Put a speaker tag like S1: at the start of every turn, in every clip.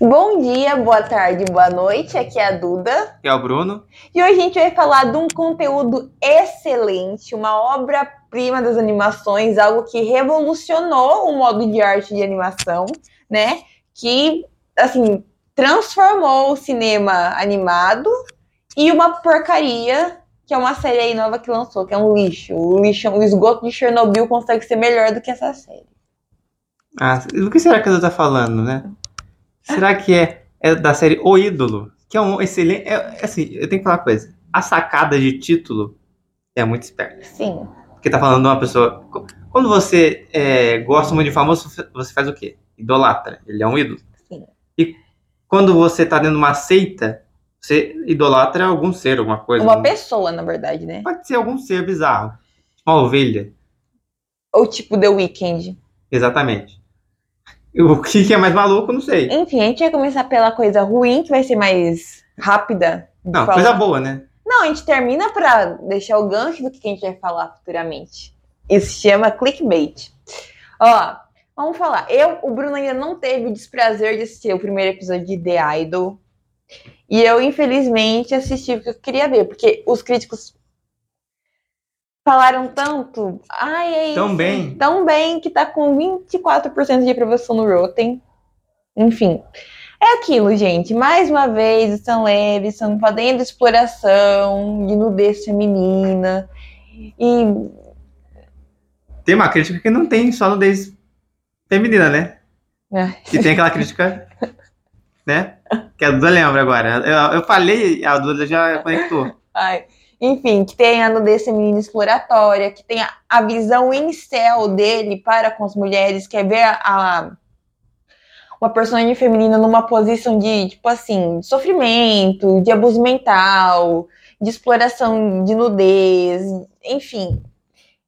S1: Bom dia, boa tarde, boa noite. Aqui é a Duda.
S2: Que é o Bruno.
S1: E hoje a gente vai falar de um conteúdo excelente, uma obra-prima das animações, algo que revolucionou o modo de arte de animação, né? Que, assim, transformou o cinema animado e uma porcaria, que é uma série aí nova que lançou, que é um lixo. O, lixo, o esgoto de Chernobyl consegue ser melhor do que essa série.
S2: Ah, do que será que a Duda tá falando, né? Será que é, é da série O Ídolo? Que é um excelente. É, é assim, eu tenho que falar uma coisa. A sacada de título é muito esperta.
S1: Sim.
S2: Porque tá falando de uma pessoa. Quando você é, gosta muito de famoso, você faz o quê? Idolatra. Ele é um ídolo.
S1: Sim.
S2: E quando você tá dentro de uma seita, você idolatra algum ser, alguma coisa.
S1: Uma pessoa, na verdade, né?
S2: Pode ser algum ser bizarro. Uma ovelha.
S1: Ou tipo The Weeknd.
S2: Exatamente. O que que é mais maluco, eu não sei.
S1: Enfim, a gente vai começar pela coisa ruim, que vai ser mais rápida. de
S2: Não,
S1: falar.
S2: coisa boa, né?
S1: Não, a gente termina pra deixar o gancho do que a gente vai falar futuramente. Isso se chama clickbait. Ó, vamos falar. Eu, o Bruno ainda não teve o desprazer de assistir o primeiro episódio de The Idol. E eu, infelizmente, assisti porque eu queria ver, porque os críticos falaram tanto. Ai, é isso.
S2: Tão bem.
S1: Tão bem que tá com 24% de aprovação no Rotten. Enfim. É aquilo, gente. Mais uma vez, estão leves, estão fazendo exploração de nudez feminina. E
S2: Tem uma crítica que não tem só nudez feminina, né?
S1: É.
S2: Que tem aquela crítica, né? Que a Duda lembra agora. Eu, eu falei, a Duda já conectou.
S1: Ai, Enfim, que tem a nudez feminina exploratória, que tem a, a visão incel dele para com as mulheres, que é ver a, uma personagem feminina numa posição de, tipo assim, de sofrimento, de abuso mental, de exploração de nudez, enfim.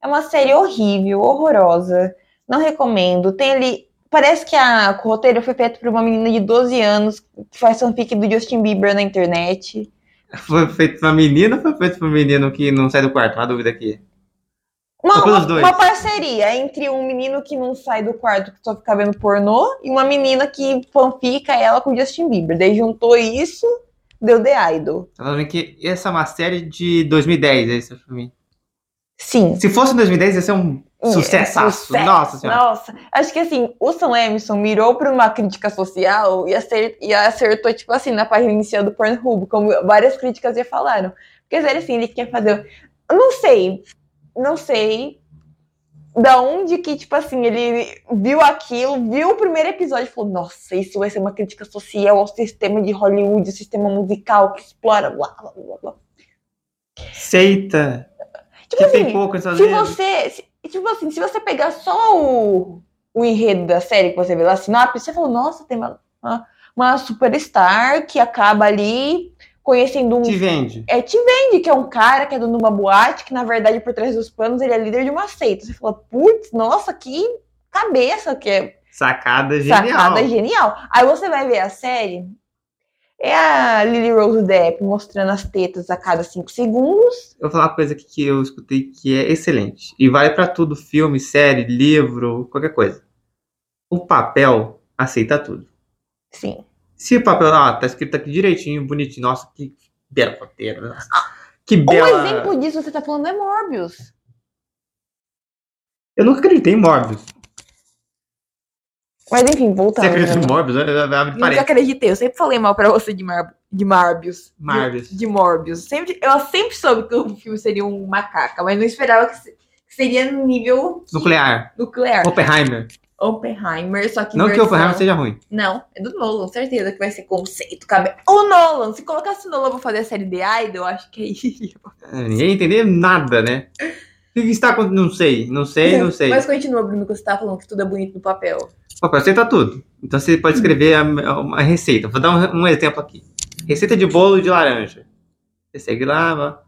S1: É uma série horrível, horrorosa. Não recomendo. Tem ali. Parece que a, o roteiro foi feito por uma menina de 12 anos que faz fanfic do Justin Bieber na internet.
S2: Foi feito pra menina ou foi feito pra um menino que não sai do quarto? Uma dúvida aqui.
S1: Uma,
S2: Só pelos
S1: uma-
S2: dois.
S1: uma parceria entre um menino que não sai do quarto que só fica vendo pornô e uma menina que fanfica ela com Justin Bieber. Daí juntou isso, deu The Idol.
S2: Tá falando que essa é uma série de 2010, é isso pra mim.
S1: Sim.
S2: Se fosse em 2010, ia ser um sucesso.
S1: É, Sucesso.
S2: Nossa senhora.
S1: Nossa, acho que assim, o Sam Emerson mirou pra uma crítica social e, acer- e acertou, tipo assim, na página inicial do Pornhub, como várias críticas já falaram. Porque sério, assim, ele quer fazer. eu Não sei, não sei da onde que, tipo assim, ele viu aquilo, viu o primeiro episódio e falou: Nossa, isso vai ser uma crítica social ao sistema de Hollywood, ao sistema musical que explora. Blá, blá, blá, blá.
S2: Seita.
S1: Tipo
S2: Que
S1: assim,
S2: tem pouco nos Estados
S1: se
S2: Unidos.
S1: você. se- tipo assim, se você pegar só o, o enredo da série que você vê lá, a sinopse, você fala, nossa, tem uma, uma, uma superstar que acaba ali conhecendo um.
S2: Te vende.
S1: É, te vende, que é um cara que é dono de uma boate, que na verdade por trás dos panos ele é líder de uma seita. Você fala, putz, nossa, que cabeça que é
S2: Sacada genial.
S1: sacada genial. Aí você vai ver a série. É a Lily Rose Depp mostrando as tetas a cada cinco segundos.
S2: Eu vou falar uma coisa aqui que eu escutei que é excelente. E vale pra tudo, filme, série, livro, qualquer coisa. O papel aceita tudo.
S1: Sim.
S2: Se o papel, ah, tá escrito aqui direitinho, bonitinho, nossa, que bela roteiro. né? nossa, Que
S1: Um
S2: bela.
S1: exemplo disso que você tá falando é Morbius.
S2: Eu nunca acreditei em Morbius.
S1: Mas enfim,
S2: Você
S1: voltando.
S2: acredita em
S1: né?
S2: Morbius? Eu- eu- eu- eu-
S1: Nunca
S2: Parei.
S1: acreditei, eu sempre falei mal pra você de, Mar de Marbius.
S2: Marbius.
S1: De, de Morbius. Sempre, eu sempre soube que o filme seria um macaca, mas não esperava que, se- que seria no nível
S2: Nuclear.
S1: nuclear.
S2: Oppenheimer.
S1: Oppenheimer, só que.
S2: Não que
S1: versão-
S2: Oppenheimer seja ruim.
S1: Não, é do Nolan, certeza que vai ser conceito. Cabe... O Nolan, se colocasse o Nolan pra fazer a série The Idol, eu acho que aí.
S2: É, Ninguém entender nada, né? O que está acontecendo? Não sei, não sei, não sei.
S1: Mas continua, Bruno, que você tá falando que tudo é bonito no papel.
S2: O papel aceita tudo. Então você pode escrever a, a- uma receita. Vou dar um, um exemplo aqui. Receita de bolo de laranja. Você segue lá. vá.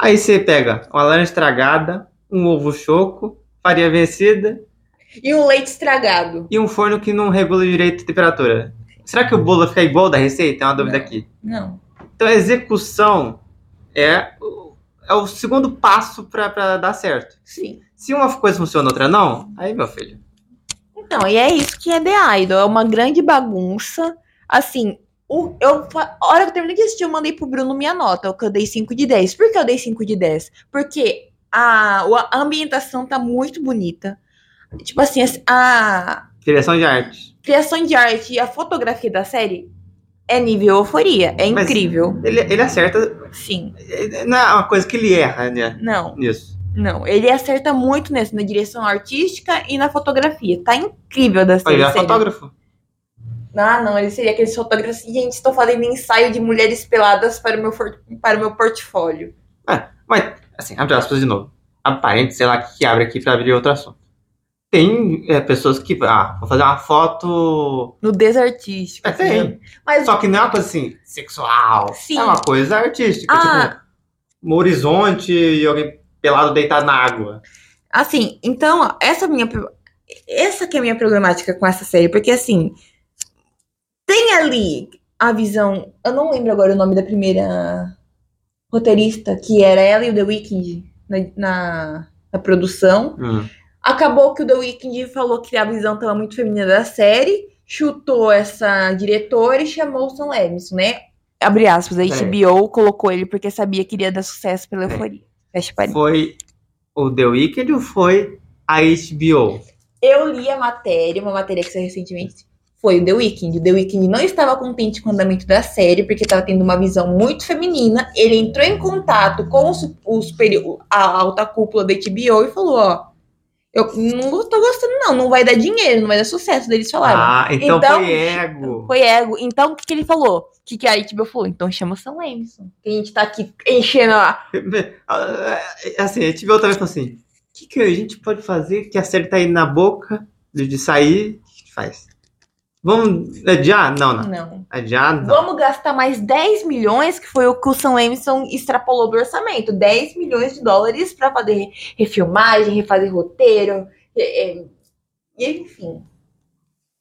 S2: Aí você pega uma laranja estragada, um ovo choco, farinha vencida
S1: E um leite estragado.
S2: e um forno que não regula direito a temperatura. Será que o bolo vai ficar igual da receita? É uma dúvida
S1: Não.
S2: aqui.
S1: Não.
S2: Então a execução é, o- é o segundo passo para dar certo.
S1: Sim.
S2: Se uma coisa funciona, outra não, aí meu filho.
S1: Não, e é isso que é The Idol. É uma grande bagunça. Assim, o, eu, fa- a hora que eu terminei de assistir, eu mandei pro Bruno minha nota, que eu dei 5 de 10. Por que eu dei 5 de 10? Porque a, o- a ambientação tá muito bonita. Tipo assim, a
S2: Direção de arte.
S1: criação de arte e a fotografia da série é nível euforia. É
S2: Mas-
S1: incrível.
S2: Ele, ele acerta.
S1: Sim.
S2: Não é uma coisa que ele erra, né?
S1: Não,
S2: Nisso.
S1: não. Ele acerta muito nessa, na direção artística e na fotografia. Tá incrível da
S2: Olha,
S1: série.
S2: ele é
S1: sério.
S2: fotógrafo.
S1: Ah, não, ele seria aqueles fotógrafos assim, gente, estou fazendo ensaio de mulheres peladas para o meu, for- para o meu portfólio.
S2: Mas, assim, abre aspas de novo. Aparente, sei lá, que abre aqui pra abrir outro assunto. Tem é, pessoas que. Ah, vou fazer uma foto.
S1: No desartístico.
S2: É, tem.
S1: né? Mas
S2: Só que não é uma coisa assim, sexual.
S1: Sim.
S2: É uma coisa artística.
S1: Ah.
S2: Tipo, um horizonte e alguém pelado deitado na água.
S1: Assim, então, ó, essa minha pro- essa que é a minha problemática com essa série, porque assim, tem ali a visão, eu não lembro agora o nome da primeira roteirista, que era ela e o The Weeknd na, na, na produção. Acabou que o The Weeknd falou que a visão estava muito feminina da série, chutou essa diretora e chamou o Sam Levinson, né? Abre aspas, a HBO colocou ele porque sabia que iria dar sucesso pela euforia. Fecha parênteses.
S2: Foi o The Weeknd ou foi a HBO?
S1: Eu li a matéria, uma matéria que saiu recentemente, foi o The Weeknd. O The Weeknd não estava contente com o andamento da série, porque estava tendo uma visão muito feminina. Ele entrou em contato com o su- o superi- a alta cúpula da HBO e falou, ó, eu não tô gostando não, não vai dar dinheiro, não vai dar sucesso, deles falaram.
S2: Ah, então,
S1: Então,
S2: foi ego.
S1: Foi ego. Então, o que, que ele falou? O que, que a HBO falou? Então chama o Sam Levinson. Que a gente tá aqui enchendo a...
S2: Ah, Assim, a HBO também falou assim: o que, que a gente pode fazer que a série tá aí na boca de de sair? O que a gente faz? Vamos adiar? Não, não.
S1: Não.
S2: Adiar? Não.
S1: Vamos gastar mais 10 milhões, que foi o que o Sam Levinson extrapolou do orçamento. 10 milhões de dólares pra fazer refilmagem, refazer roteiro. é, é, e enfim.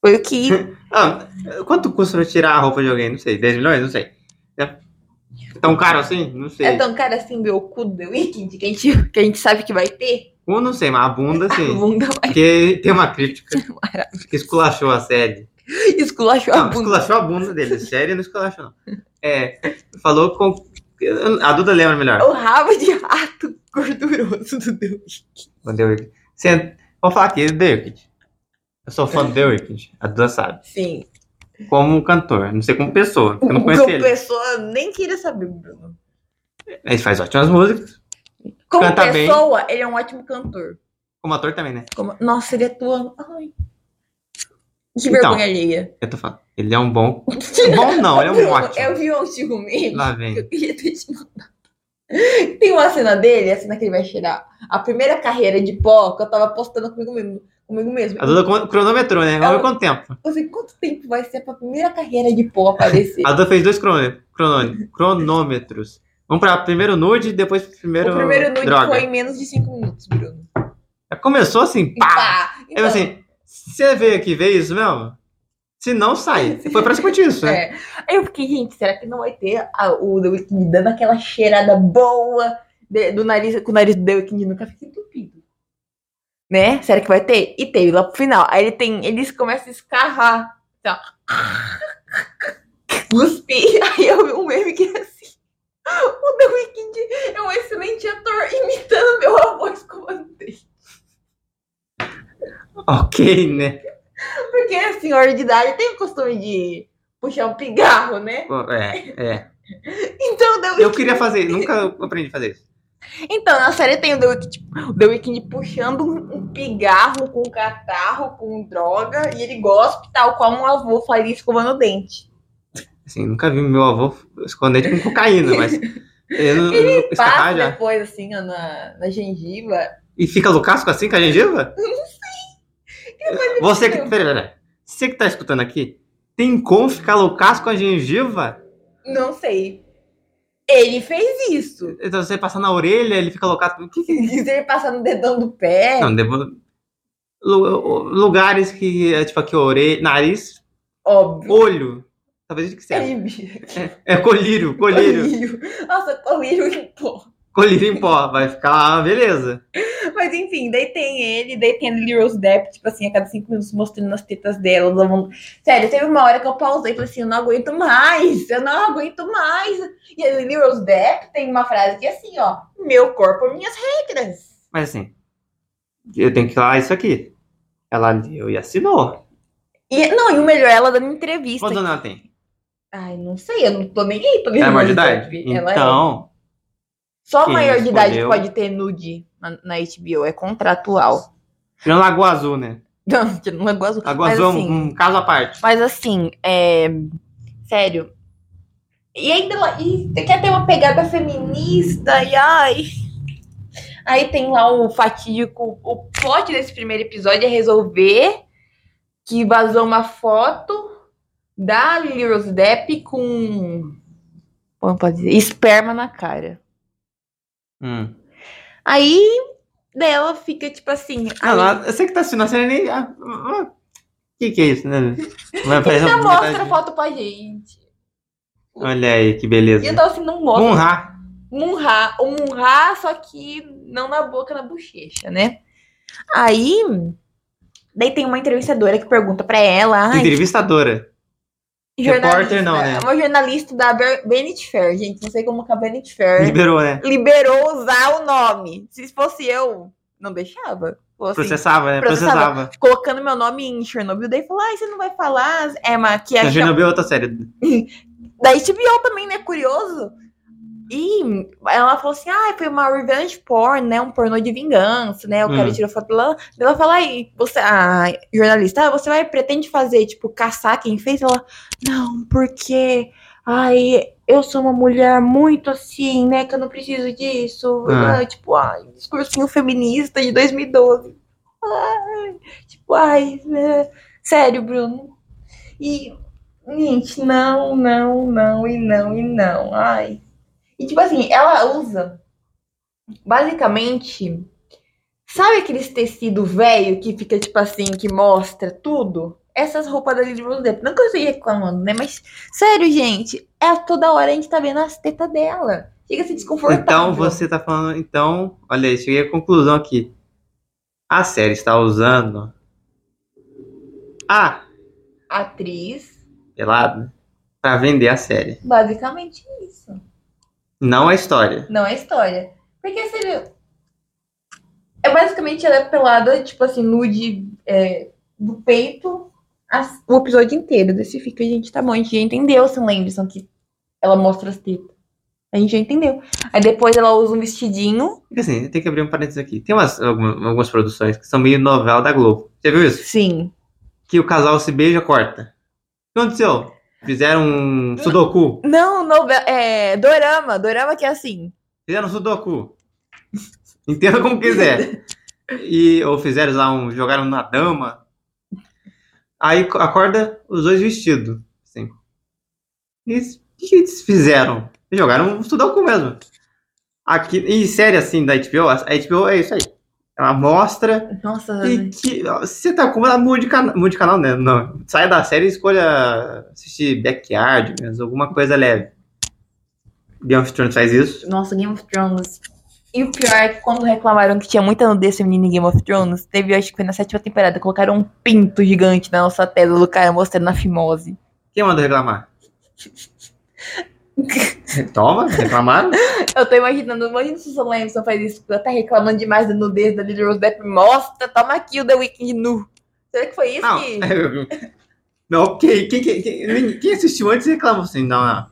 S1: Foi o que...
S2: Ah, quanto custa pra tirar a roupa de alguém? Não sei. 10 milhões? Não sei. É tão caro assim? Não sei.
S1: é tão cara assim, meu cu do The Weeknd, que a gente, que a gente sabe que vai ter.
S2: Ou não sei, mas a bunda
S1: A
S2: sim.
S1: bunda vai...
S2: Porque tem uma crítica que esculachou a série.
S1: Esculachou a
S2: Não,
S1: bunda.
S2: esculachou a bunda dele. Série não esculachou, não. É, falou com. A Duda lembra melhor.
S1: O rabo de rato gorduroso do The Weeknd.
S2: O The Wicked. Você- Vou falar aqui, The Wicked. Eu sou fã do
S1: É.
S2: The Wicked, a Duda sabe.
S1: Sim.
S2: é Como cantor, não sei como pessoa, porque eu não
S1: O
S2: conheço
S1: que a
S2: ele.
S1: pessoa nem queria saber, Bruno.
S2: Ele faz ótimas músicas,
S1: Como
S2: Canta bem.
S1: pessoa, ele é um ótimo cantor.
S2: como ator também, né?
S1: Como- Nossa, ele atua. Ai. Que
S2: Então.
S1: vergonha alheia.
S2: Eu tô falando. Ele é um bom. Bom não, ele é um
S1: Bruno,
S2: ótimo.
S1: Eu vi um antigo meme.
S2: Lá vem.
S1: Eu queria ter te mandado. Tem uma cena dele, a cena que ele vai tirar. A primeira carreira de pó que eu tava postando comigo mesmo. Comigo mesmo.
S2: A Duda con- cronometrou, né? Vamos
S1: Ela-
S2: ver quanto tempo.
S1: Eu falei, quanto tempo vai ser pra primeira carreira de pó aparecer?
S2: A Duda fez dois crono- crono- cronômetros. Vamos pra primeiro nude e depois pro primeiro.
S1: o primeiro nude
S2: droga.
S1: foi em menos de 5 minutos, Bruno.
S2: Já Começou assim,
S1: E
S2: pá!
S1: pá! Então,
S2: Eu assim, você veio aqui ver isso mesmo? Se não, sai. Foi praticamente isso, né?
S1: É. Aí eu fiquei, gente, será que não vai ter a- o The Weeknd dando aquela cheirada boa de- do nariz, com o nariz do The Weeknd nunca fica entupido? Né? Será que vai ter? E teve lá pro final. Aí ele tem, eles começam a escarrar. Então, cuspi. Aí eu vi um meme que é assim. O The Weeknd é um excelente ator imitando meu avô escovando dente.
S2: Ok, né?
S1: Porque a senhora de idade tem o costume de puxar um pigarro, né?
S2: É, é.
S1: Então, The
S2: Eu
S1: Weeknd-
S2: queria fazer, nunca aprendi a fazer isso.
S1: Então, na série tem o The Weeknd, tipo, o The Weeknd puxando um, um pigarro com catarro, com droga, e ele gospe tal qual um avô faria escovando o dente.
S2: Assim, nunca vi meu avô esconder com cocaína, mas. Eu, não- eu escarrar
S1: Passa
S2: já.
S1: depois, assim, ó, na, na gengiva.
S2: E fica no casco assim com a gengiva? Você que. Pera, pera, pera. Você que tá escutando aqui, tem como ficar loucaço com a gengiva?
S1: Não sei. Ele fez isso.
S2: Então você passa na orelha, ele fica loucaço. O que que.
S1: Diz ele passar no dedão do pé.
S2: Não, devo... Lu- Lugares que é tipo aqui, orelha, nariz,
S1: Óbvio.
S2: olho. Talvez o que seja.
S1: Ele bicho.
S2: É colírio, colírio.
S1: Colírio. Nossa, colírio em pó.
S2: Colírio em pó, vai ficar, beleza.
S1: Mas Mas enfim, daí tem ele, daí tem a Lil Depp, tipo assim, a cada cinco minutos mostrando as tetas dela. todo mundo- Sério, teve uma hora que eu pausei e falei assim: eu não aguento mais, eu não aguento mais. E a Lil Depp tem uma frase que é assim: ó, meu corpo, minhas regras.
S2: Mas assim, eu tenho que falar isso aqui. Ela leu e assinou.
S1: E, não, e o melhor, ela dando entrevista.
S2: Quantos anos ela tem?
S1: Ai, não sei, eu não tô nem aí pra ver
S2: Ela é
S1: a
S2: maior de
S1: Lil
S2: idade?
S1: Depp. Ela é.
S2: Então,
S1: Só
S2: Quem
S1: maior de idade
S2: escolheu?
S1: pode ter nude na, na HBO, é contratual.
S2: tirando Lagoa Azul, né?
S1: Não, que não é gozo.
S2: Lagoa
S1: mas,
S2: Azul é
S1: assim,
S2: um, um caso à parte.
S1: mas assim, é. Sério. E ainda lá- e você quer ter uma pegada feminista e ai. Aí tem lá o fatídico. O plot desse primeiro episódio é resolver que vazou uma foto da Lily Rose Depp com. Como pode dizer? Esperma na cara.
S2: Hum.
S1: Aí dela fica tipo assim.
S2: Ah, lá, eu sei que tá assistindo a série nem. ah, ah, ah. que que é isso, né? Vai
S1: aí,
S2: aparecer
S1: ainda
S2: uma
S1: mostra a
S2: metade-
S1: foto pra gente.
S2: Olha aí, que
S1: E
S2: beleza.
S1: eu tava assim, não mostra.
S2: Honrar.
S1: Munhá. Munhá, só que não na boca, na bochecha, né? Aí. Daí tem uma entrevistadora que pergunta pra ela. Ai,
S2: Entrevistadora.
S1: jornalista, É,
S2: repórter não, né?
S1: Uma jornalista da Ber- Vanity Fair, gente. Não sei como que a Vanity Fair
S2: Liberou, né?
S1: liberou usar o nome. Se fosse eu, não deixava. Fosse
S2: Processava, né?
S1: Assim, processava.
S2: Processava.
S1: colocando meu nome em Chernobyl, daí falou, ai, você não vai falar, Emma, que a tá
S2: A Chernobyl é outra série.
S1: Da HBO também, né? Curioso. E ela falou assim: ah, foi uma revenge porn, né? Um pornô de vingança, né? O cara
S2: Hum.
S1: tirou foto lá. Daí Ela fala aí, você, a jornalista, ah, você vai pretende fazer, tipo, caçar quem fez? Ela, não, porque. Ai, eu sou uma mulher muito assim, né? Que eu não preciso disso.
S2: Ah.
S1: Ah, tipo, ai, discursinho feminista de 2012. Ai, tipo, ai, é, sério, Bruno. E, gente, não, não, não, e não, e não. Ai. E tipo assim, ela usa basicamente. Sabe aqueles tecido velho que fica tipo assim, que mostra tudo? Essas roupas da Lily Rose Depp. Não que eu esteja reclamando, né? Mas, sério, gente, é toda hora a gente tá vendo as tetas dela. Chega a ser desconfortável.
S2: Então você tá falando. Então, olha aí, cheguei à conclusão aqui. A série está usando. A
S1: Atriz,
S2: pelada. Pra vender a série.
S1: basicamente isso.
S2: Não a história.
S1: Não é história. Porque seria. É basicamente ela é pelada, tipo assim, nude é, do peito as- o episódio inteiro. Desse fica, a gente tá bom, a gente já entendeu, se lembram que ela mostra as tetas. A gente já entendeu. Aí depois ela usa um vestidinho.
S2: Porque assim, tem que abrir um parênteses aqui. Tem umas, alguma- algumas produções que são meio novela da Globo. Já viu isso?
S1: Sim.
S2: Que o casal se beija, corta. O que aconteceu? Fizeram um sudoku.
S1: Não, novela. É. Dorama. Dorama que é assim.
S2: Fizeram um sudoku. Entenda como quiser. E, ou fizeram lá um. Jogaram na dama. Aí co- acorda os dois vestidos. Assim. E eles- o que que eles fizeram? Jogaram um sudoku mesmo. Aqui, e série assim da HBO, a a HBO é isso aí. Ela mostra
S1: Nossa.
S2: e que. Você tá com ela muda de, cana, muda de canal, né? Não. Sai da série e escolha assistir backyard, mas alguma coisa leve. Game of Thrones faz isso.
S1: Nossa, Game of Thrones. E o pior é que quando reclamaram que tinha muita nudez feminina em Game of Thrones, teve, acho que foi na sétima temporada, colocaram um pinto gigante na nossa tela do cara mostrando a fimose.
S2: Quem mandou reclamar? Toma, reclamaram.
S1: Eu tô imaginando, imagina se o Sam Levinson faz isso, ela tá reclamando demais da nudez da Lily Rose Depp, mostra, toma aqui o The Weeknd nu. Será que foi isso
S2: Não, é,
S1: que...
S2: não porque quem, quem, quem, quem assistiu antes reclamou assim, não, não.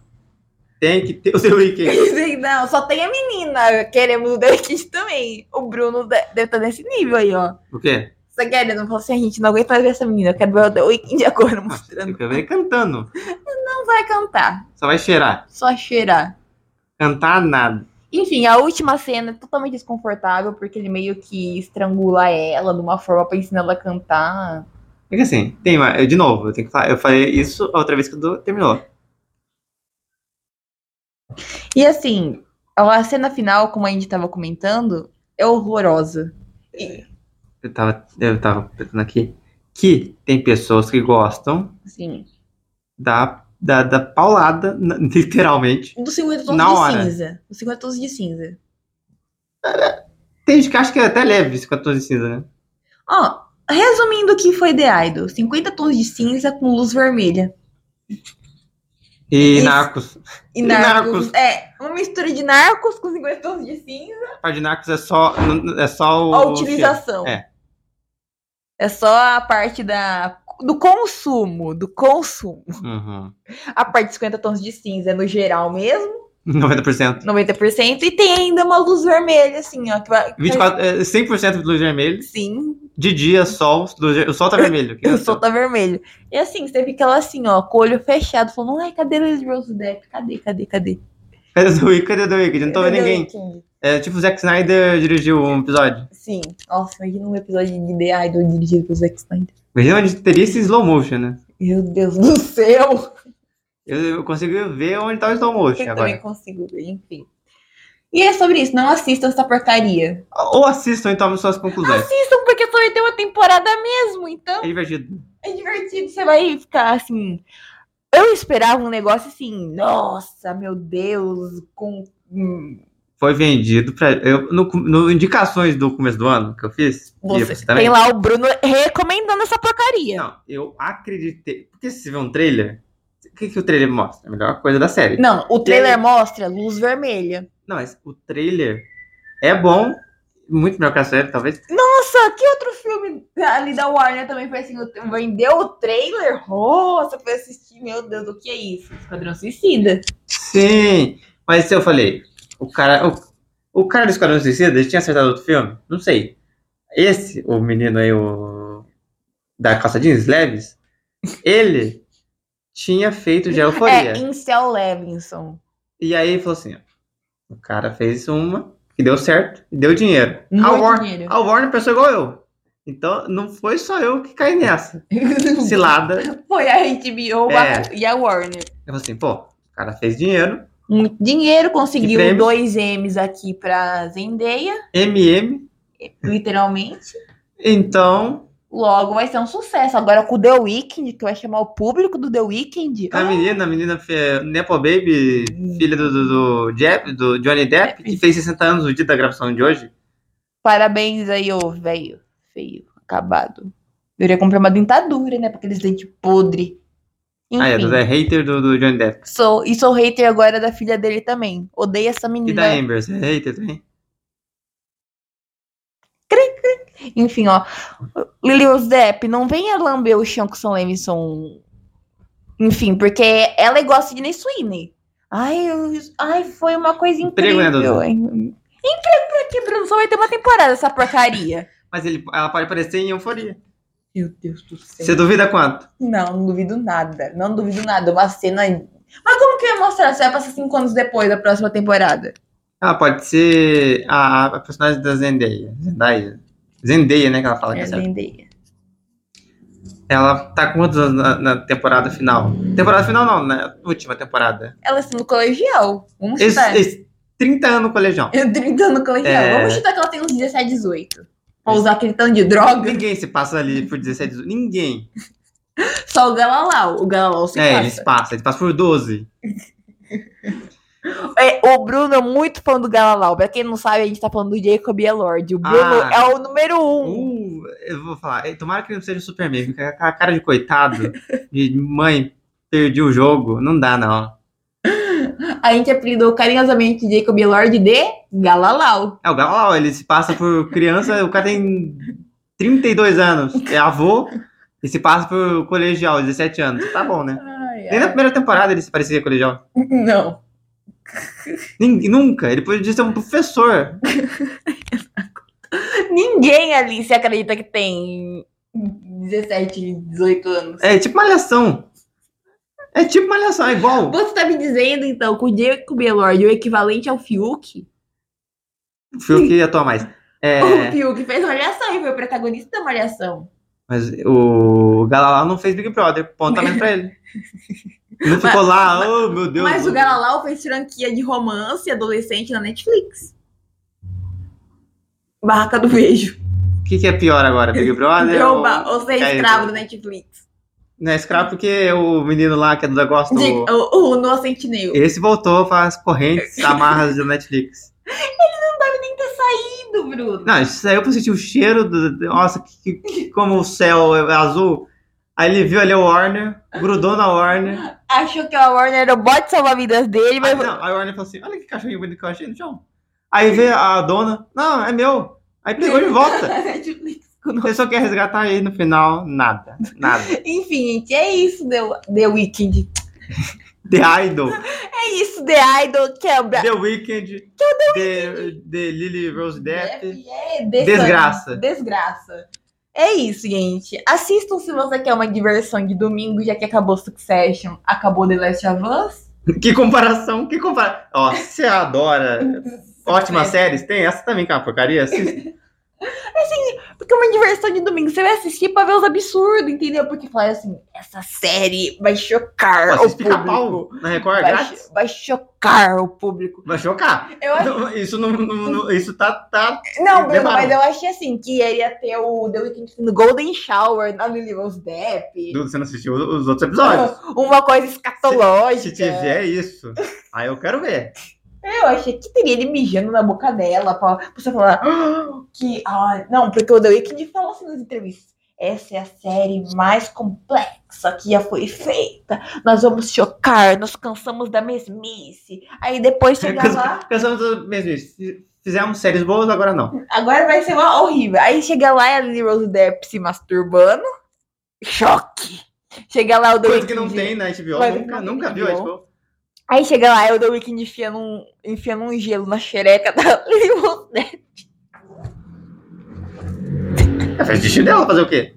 S2: Tem que ter o seu weekend.
S1: Sim, Não, só tem a menina, queremos o The Weeknd também. O Bruno de- deve estar nesse nível aí, ó.
S2: O quê?
S1: Só querendo, falou assim, a gente não aguenta mais ver essa menina, eu quero ver o The Weeknd agora
S2: Tem
S1: mostrando.
S2: que ver cantando.
S1: Não vai cantar,
S2: Só vai cheirar.
S1: só cheirar.
S2: Cantar nada.
S1: Enfim, a última cena é totalmente desconfortável, porque ele meio que estrangula ela de uma forma pra ensinar ela a cantar.
S2: É que assim, tem, uma- eu, de novo, eu tenho que falar. Eu falei isso a outra vez que o Du terminou.
S1: E assim, a cena final, como a gente tava comentando, é horrorosa. E,
S2: Eu tava, eu tava pensando aqui. Que tem pessoas que gostam
S1: assim,
S2: da, da, da paulada, na- literalmente.
S1: dos 50 tons
S2: Na
S1: de
S2: hora.
S1: cinza. Dos 50 tons de cinza.
S2: Tem gente que acha que é até leve esse 14 de cinza, né?
S1: Ó, resumindo o que foi The Idol: 50 tons de cinza com luz vermelha.
S2: E
S1: Isso.
S2: Narcos.
S1: E
S2: E
S1: narcos.
S2: Narcos.
S1: É, uma mistura de narcos com 50 tons de cinza.
S2: A parte de Narcos é só, n- é só o.
S1: a utilização.
S2: é.
S1: É só a parte da. Do consumo, do consumo.
S2: Uhum.
S1: A parte de 50 tons de cinza é no geral mesmo,
S2: 90%.
S1: 90%, e tem ainda uma luz vermelha, assim, ó. Que vai, que vai-
S2: 24, é, 100% de luz vermelha.
S1: Sim,
S2: De dia, sol. luz ver- O sol tá vermelho. que
S1: o
S2: é
S1: sol tá vermelho. E assim, você fica lá assim, ó, com o olho fechado, falando, ai, cadê Luiz Rose Depp? Cadê, cadê, cadê?
S2: Cadê o The Wicked? Cadê o The Wicked? Não tô vendo
S1: Cadê o
S2: ninguém.
S1: King?
S2: É tipo o Zack Snyder dirigiu um episódio.
S1: Sim, nossa, imagina um episódio de The Idol dirigido pelo Zack Snyder.
S2: Imagina onde teria esse slow motion, né?
S1: Meu Deus do céu!
S2: Eu, eu consigo ver onde tá o slow motion
S1: Eu
S2: agora.
S1: também consigo ver, enfim. E é sobre isso, não assistam essa porcaria.
S2: Ou assistam e tomem suas conclusões.
S1: Assistam, porque só vai ter uma temporada mesmo, então.
S2: É divertido.
S1: É divertido, você vai ficar assim. Eu esperava um negócio assim, nossa, meu Deus, com. hum,
S2: Foi vendido pra. Eu, no, no indicações do começo do ano que eu fiz. e
S1: Você, tem
S2: você também.
S1: lá o Bruno recomendando essa porcaria.
S2: Não, eu acreditei. Porque se você vê um trailer, o que, que o trailer mostra? A melhor coisa da série.
S1: Não, o
S2: E
S1: trailer
S2: aí?
S1: mostra luz vermelha.
S2: Não, mas o trailer é bom. Muito melhor que a série, talvez.
S1: Nossa, que outro filme ali da Warner também foi assim? Vendeu o trailer? Nossa, foi assistir, meu Deus, o que é isso? Esquadrão Suicida.
S2: Sim! Mas eu falei, o cara. O, o cara do Esquadrão Suicida, ele tinha acertado outro filme? Não sei. Esse, o menino aí, o. Da calça jeans leves, ele tinha feito já euforia.
S1: É, Incel Levinson.
S2: E aí ele falou assim: ó, o cara fez uma que deu certo e deu dinheiro.
S1: Muito
S2: a, Warner,
S1: dinheiro.
S2: a Ah, Warner pensou igual eu. Então não foi só eu que caí nessa. Cilada. Eu
S1: Foi a HBO
S2: É.
S1: e a Warner.
S2: falei assim, pô, o cara fez dinheiro.
S1: muito dinheiro,
S2: E
S1: conseguiu
S2: prêmios?
S1: dois M's aqui pra Zendeia,
S2: MM.
S1: literalmente.
S2: Então,
S1: Logo vai ser um sucesso. Agora com o The Weeknd, que vai chamar o público do The Weeknd.
S2: a menina, a menina fe- Nepo Baby, filha do, do, do, Jeb- do Johnny Depp, que fez 60 anos no dia da gravação de hoje.
S1: Parabéns aí, ô velho. Feio, acabado. Deveria comprar uma dentadura, né? Pra aqueles dentes podre. Enfim,
S2: Ah, é, do, é hater do, do Johnny Depp.
S1: sou, e sou hater agora da filha dele também. Odeio essa
S2: E
S1: menina.
S2: da Amber, você é hater também?
S1: Enfim, ó. Lily Rose Depp, não venha lamber o chão com São Levinson. Enfim, porque ela é igual a Sidney Sweeney. Ai, eu- ai, foi uma coisa
S2: Emprego, né,
S1: incrível.
S2: Dudu?
S1: Emprego pra quê, Bruno? Só vai ter uma temporada essa porcaria.
S2: Mas ele, ela pode aparecer em euforia.
S1: Meu Deus do céu.
S2: Você duvida quanto?
S1: Não, não duvido nada. Não duvido nada. Uma cena... Mas como que vai mostrar? Você vai passar cinco anos depois da próxima temporada.
S2: Ah, pode ser a, a personagem da Zendaya. Zendaya. Zendaya, né? Que ela fala que é
S1: É,
S2: certo.
S1: Zendaya.
S2: Ela tá com quantos anos na, na temporada final? Temporada final não, na última temporada.
S1: Ela sendo colegial. Vamos
S2: Esse,
S1: chutar.
S2: esse 30 anos no colegião.
S1: Eu 30 anos colegial.
S2: É.
S1: Vamos chutar que ela tem uns 17, 18. Pra usar aquele tanto de droga.
S2: Ninguém se passa ali por 17, 18. Ninguém.
S1: Só o Galalau. O Galalau se
S2: é,
S1: passa.
S2: eles passam. Eles passam por 12.
S1: É, o Bruno é muito fã do Galalau. Pra quem não sabe, a gente tá falando do Jacob e Elord. O Bruno
S2: Ah.
S1: é o número um.
S2: Uh, eu vou falar. eh, Tomara que ele não seja o Superman. Porque aquela cara de coitado, de mãe, perdi o jogo. Não dá, não.
S1: A gente apelidou carinhosamente Jacob e Elord de Galalau.
S2: É, o Galo, ele se passa por criança. o cara tem 32 anos. É avô. E se passa por colegial, 17 anos. Tá bom, né? Nem na primeira temporada ele é- se parecia colegial.
S1: Não.
S2: Nin- Nunca, ele podia ser um professor.
S1: Ninguém ali se acredita que tem 17, 18 anos.
S2: É tipo malhação. É tipo malhação, é igual.
S1: Você tá me dizendo, então, que o Jacob e Elord é o equivalente ao Fiuk?
S2: O filme que atua mais.
S1: O
S2: É,
S1: Fiuk fez Malhação e foi o protagonista da Malhação.
S2: mas o Galalau não fez Big Brother. Ponto também pra ele. Não ficou lá, oh meu Deus.
S1: Mas o Galalau fez franquia de romance adolescente na Netflix. Barraca do Beijo.
S2: O que, que é pior agora? Big Brother? ou-
S1: Oba, ou ser
S2: é isso.
S1: escravo da Netflix.
S2: Não é escravo porque o menino lá que é do negócio.
S1: De,
S2: do-
S1: o, o Inocente Neil.
S2: Esse voltou para as correntes amarras da Netflix.
S3: lindo, Bruno.
S2: Não, isso aí eu senti o cheiro do. do- Nossa, que, que- que- como o céu é azul. Aí ele viu ali o Warner, grudou na Warner.
S1: Achou que a Warner era o bote salva-vidas dele,
S2: Aí,
S1: mas.
S2: não, aí o Warner falou assim: olha que cachorrinho bonito que eu achei no chão. Aí veio a dona, não, é meu. Aí pegou de volta.
S3: Netflix.
S2: Ele só quer resgatar ele no final, nada. Nada.
S1: Enfim, gente, é isso, The, The Weeknd.
S2: The Idol.
S1: É isso, The Idol é quebra.
S2: The Weeknd, The, The Lily Rose Depp.
S1: É
S2: Desgraça.
S1: Desgraça. É isso, gente. Assistam se você quer uma diversão de domingo, já que acabou Succession, acabou The Last of Us.
S2: Que comparação, que comparação. Ó, se você adora
S1: É.
S2: ótimas séries, tem essa também, cara, porcaria. Assista.
S1: Porque é uma diversão de domingo. Você vai assistir pra ver os absurdos, entendeu? Porque fala assim, essa série vai chocar É,
S2: Ó,
S1: o
S2: Assiste
S1: público.
S2: pica-pau na Record, é
S1: vai,
S2: grátis.
S1: cho- vai chocar o público.
S2: Vai chocar.
S1: Eu acho...
S2: Não, Isso, não, não- não- isso tá, tá.
S1: Não, Bruno,
S2: Demais.
S1: mas eu achei assim que ia ter o The Weeknd no Golden Shower, na Lily Rose Depp.
S2: Dudu, Você não assistiu os outros episódios?
S1: Uma coisa
S2: Se
S1: escatológica.
S2: tiver isso, aí eu quero ver.
S1: Eu achei que teria ele mijando na boca dela pra pra você falar "Ah, que. Ah, não, porque o The Weeknd fala assim nas entrevistas. Essa é a série mais complexa que já foi feita. Nós vamos chocar, nós cansamos da mesmice. Aí depois chegar lá,
S2: Cansamos do mesmo isso. Fi- Fizemos séries boas, agora não.
S1: agora vai ser uma horrível. Aí chega lá e a Lily Rose Depp se masturbando. Choque! Chega lá o The
S2: Coisa
S1: Weeknd.
S2: que não tem na HBO.
S1: Coisa que
S2: Nunca,
S1: não tem
S2: nunca
S1: na
S2: viu a
S1: HBO.
S2: HBO.
S1: Aí chega lá e o The Weeknd enfiando um, enfiando um gelo na xereca da Lily Rose Depp.
S2: É festa de chinelo, fazer o quê?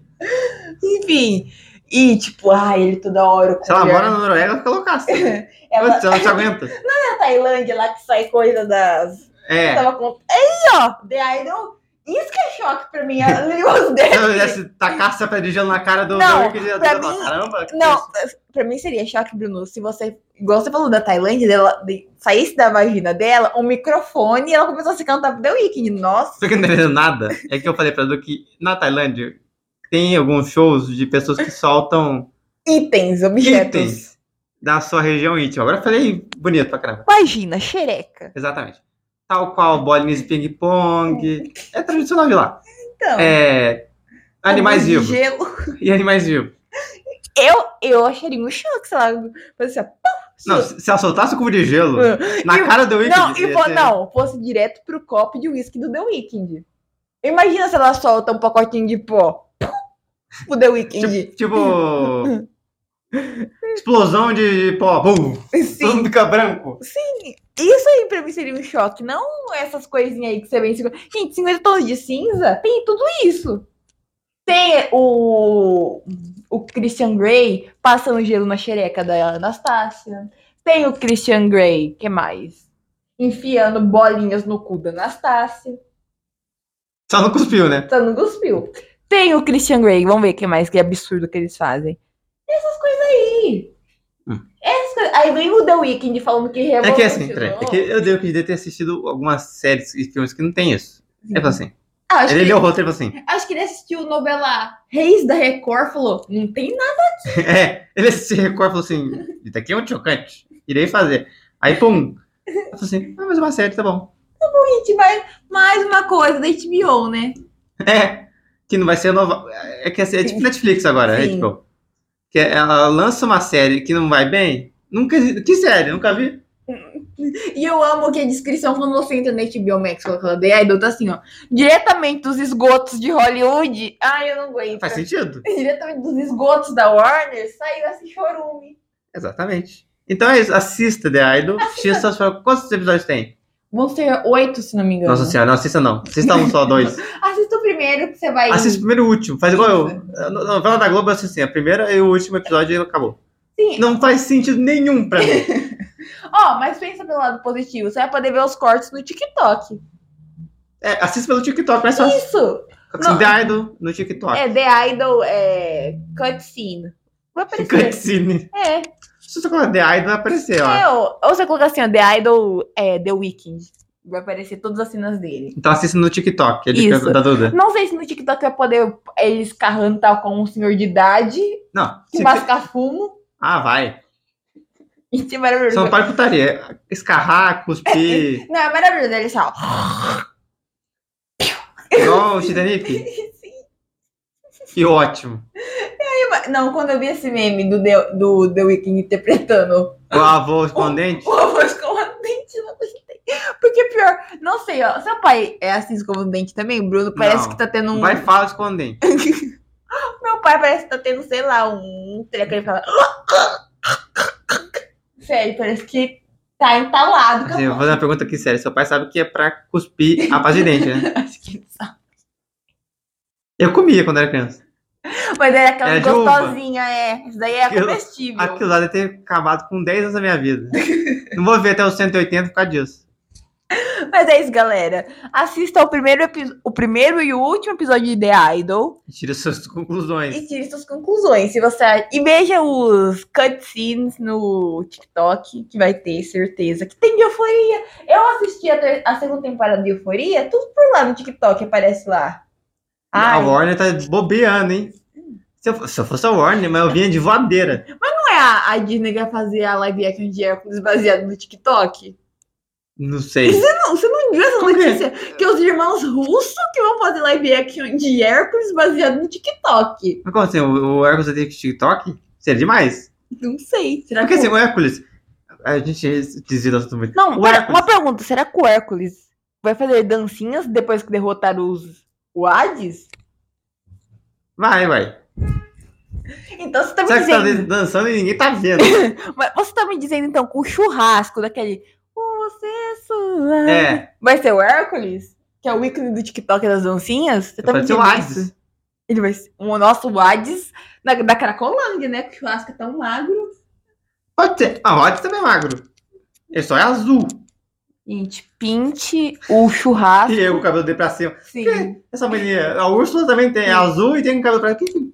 S1: Enfim. E, tipo, ai, ele toda hora. com
S2: Se ela
S1: mulher.
S2: mora na Noruega, fica loucaça.
S1: Ela tá
S2: Ela... ela não te aguenta.
S1: na Tailândia lá que sai coisa das.
S2: É.
S1: Tava com. Aí, ó, The Idol. Isso que é choque pra mim. A Lily Rose
S2: Se ela
S1: Depp.
S2: desse tacar essa pedra de gelo na cara do
S1: Não,
S2: Noruega, ia
S1: pra
S2: dar uma
S1: mim-
S2: caramba. que
S1: Não,
S2: isso?
S1: pra mim seria choque, Bruno, se você. Igual você falou da Tailândia, dela, de- saísse da vagina dela um microfone e ela começou a se cantar pro The Weeknd. Nossa.
S2: Você que não tá entendendo nada, é que eu falei pra Du que na Tailândia tem alguns shows de pessoas que soltam
S1: Itens, objetos.
S2: itens da sua região íntima. Agora eu falei bonito pra caramba.
S1: Vagina, xereca.
S2: Exatamente. Tal qual bolinhas de ping-pong. É tradicional de lá.
S1: Então.
S2: É. Animais
S1: alguns
S2: vivos.
S1: Gelo.
S2: E animais vivos.
S1: Eu, eu acharia um choque, sei lá. Fazer assim, ó, pum,
S2: Não, se se ela soltasse o cubo de gelo
S1: Ah,
S2: na
S1: e-
S2: cara do Wicked.
S1: Não, e
S2: ia
S1: fo-
S2: ser-
S1: não, fosse direto pro copo de uísque do The Weeknd. Imagina se ela solta um pacotinho de pó. O The Weeknd.
S2: Tipo, tipo- explosão de pó. Bum, todo
S1: Sim.
S2: mundo fica branco.
S1: Isso aí pra mim seria um choque. Não essas coisinhas aí que você vem. em cinco- Gente, 50 tons de cinza tem tudo isso. Tem o, o Christian Grey passando gelo na xereca da Anastácia. Tem o Christian Grey, que mais? Enfiando bolinhas no cu da Anastácia.
S2: Só não cuspiu, né?
S1: Tá no Guspil. Tem o Christian Grey, vamos ver o que mais que absurdo que eles fazem. E essas coisas aí.
S2: Hum.
S1: Essas coisas- Aí vem o The Weeknd falando que
S2: É
S1: revolucionou.
S2: que assim, peraí, é que eu devo que ter assistido algumas séries e filmes que não tem isso. Ele falou assim.
S1: Ah, acho,
S2: Ele
S1: que,
S2: leu o roteiro e falou assim.
S1: acho que ele assistiu novela Reis da Record falou, não tem nada.
S2: é, ele se recorda e falou assim: Isso daqui é um chocante. Irei fazer. Aí, pum. Eu falei assim: Ah, mais uma série, tá bom.
S1: Gente, mas mais uma coisa da HBO, né?
S2: É. Que não vai ser nova. É que é, é tipo Netflix agora, é
S1: Sim.
S2: tipo. Que ela lança uma série que não vai bem. Nunca. Que série? Nunca vi.
S1: E eu amo que a descrição quando você entra na HBO Max, colocando The Idol, tá assim, ó. Diretamente dos esgotos de Hollywood. Ai, eu não aguento.
S2: Faz sentido.
S1: Diretamente dos esgotos da Warner, saiu esse chorume.
S2: Exatamente. Então é isso. Assista The Idol. Assista só pra- Quantos episódios tem?
S1: Vão ser oito, se não me engano.
S2: Nossa senhora, não assista não. Assista um só, dois.
S1: Assista o primeiro que você vai.
S2: Assista o primeiro e o último. Faz igual eu. A no- novela da Globo eu assisto assim. A primeira e o último episódio e acabou.
S1: Sim.
S2: Não faz sentido nenhum pra mim.
S1: Ó, mas pensa pelo lado positivo. Você vai poder ver os cortes no TikTok.
S2: É, assista pelo TikTok. Mas só
S1: Isso!
S2: assim, The Idol no TikTok.
S1: É The Idol é, cutscene. Vai aparecer.
S2: Cutscene.
S1: É.
S2: Se você colocar The Idol, vai aparecer, ó.
S1: é ou, ou você coloca assim, ó, The Idol é, The Weeknd. Vai aparecer todas as cenas dele.
S2: Então assista no TikTok. É de
S1: Isso.
S2: da Duda.
S1: Não sei se no TikTok vai poder eles carrando tal com um senhor de idade,
S2: Não.
S1: que
S2: se-
S1: masca fumo.
S2: Ah, vai.
S1: E é maravilhoso.
S2: Só não para putaria. Escarrar, cuspir.
S1: Não, é maravilhoso. Ele só.
S2: Igual o Titanic? Que ótimo.
S1: Não, quando eu vi esse meme do The, do The Weeknd interpretando
S2: O avô escondente?
S1: o avô escovando dente, não gostei. Porque pior, não sei, ó. Seu pai é assim escovando dente também, Bruno? Parece
S2: Não.
S1: que tá tendo um.
S2: Vai falar escondente.
S1: Meu pai parece que tá tendo, sei lá, um treco. Ele fala. Sério, parece que tá entalado.
S2: Assim, eu vou fazer uma pergunta aqui séria. Seu pai sabe que é pra cuspir a parte de dente, né?
S1: Acho que não sabe.
S2: Eu comia quando era criança.
S1: Mas era aquela
S2: Era de uva.
S1: gostosinha, é. Isso daí é
S2: Aquilo-
S1: comestível.
S2: Aquilo lá deve ter acabado com 10 anos da minha vida. Não vou ver até os 180 por causa disso.
S1: Mas é isso, galera. Assista o primeiro, epi- o primeiro e o último episódio de The Idol.
S2: E Tira suas conclusões.
S1: e tire suas conclusões. Se você e veja os cutscenes no TikTok, que vai ter certeza que tem de euforia. Eu assisti a, ter- a segunda temporada de euforia, tudo por lá no TikTok aparece lá.
S2: A
S1: Ai,
S2: Warner tá bobeando, hein? Se eu, fo- se eu fosse a Warner, mas eu vinha de voadeira.
S1: não é a, a Disney que vai fazer a live action de Hércules baseado no TikTok?
S2: Não sei.
S1: Não, você não viu essa
S2: Por quê?
S1: notícia? Que os irmãos russos que vão fazer live action de Hércules baseado no TikTok.
S2: Mas como assim? O, o Hércules tem TikTok? Seria demais.
S1: Não sei. Será
S2: Porque
S1: que...
S2: assim, o Hércules. A gente desvia do assunto muito.
S1: Não,
S2: O
S1: pera,
S2: Hércules-
S1: uma pergunta. Será que o Hércules vai fazer dancinhas depois que derrotar os o Hades?
S2: Vai, vai.
S1: Então você tá me
S2: Será que você tá
S1: dizendo.
S2: dançando e ninguém tá vendo?
S1: mas Você tá me dizendo então com o churrasco daquele. Você é sua.
S2: É.
S1: Vai ser o Hércules? Que é o ícone do TikTok das dancinhas? Você tá me
S2: Pode ser
S1: dizendo
S2: o Hades.
S1: isso? Ele vai ser o nosso Hades da, da Cracolândia, né? Que o churrasco é tão magro.
S2: Pode ser. Ah, o Hades também é magro. Ele só é azul.
S1: Gente, pinte o churrasco.
S2: E eu com o cabelo dele pra cima.
S1: Sim.
S2: Essa menina, a Úrsula também tem é azul e tem um cabelo pra cima.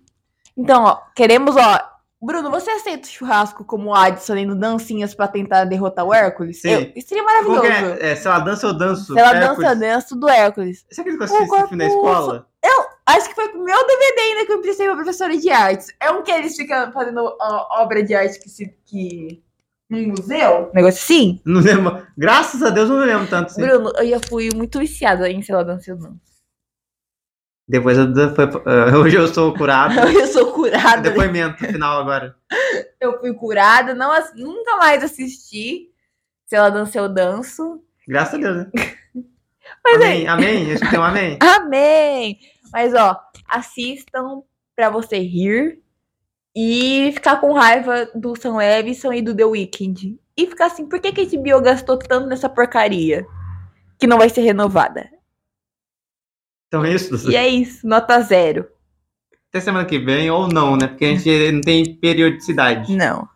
S1: Então, ó, queremos, ó. Bruno, você aceita o churrasco como o Hades fazendo dancinhas pra tentar derrotar o Hércules?
S2: Sim.
S1: Eu- isso seria maravilhoso.
S2: Qualquer, é, se ela dança, eu danço.
S1: Se ela
S2: Hércules.
S1: dança, dança do Hércules.
S2: Você acredita que eu assisti
S1: O
S2: esse filme na escola?
S1: Acho que foi pro meu DVD ainda que eu emprestei pra professora de artes. É um que eles ficam fazendo ó, obra de arte que se. Que... Num museu? Negócio assim?
S2: Não lembro. Graças a Deus eu não lembro tanto. Assim.
S1: Bruno, eu já fui muito viciada em se ela dança ou não.
S2: Depois eu, foi, eh, hoje eu sou curado.
S1: Eu sou curada.
S2: É um
S1: né?
S2: Depoimento final agora.
S1: Eu fui curada, não, ass- nunca mais assisti. Se ela dança, eu danço.
S2: Graças a Deus, né?
S1: Mas é. aí.
S2: amém, amém. Eu escutei um amém.
S1: Amém! Mas ó, assistam pra você rir e ficar com raiva do Sam Levinson e do The Weeknd. E ficar assim, por que que esse bio gastou tanto nessa porcaria? Que não vai ser renovada.
S2: Então é isso.
S1: E é isso, nota zero.
S2: Até semana que vem, ou não, né? Porque a gente não tem periodicidade.
S1: Não.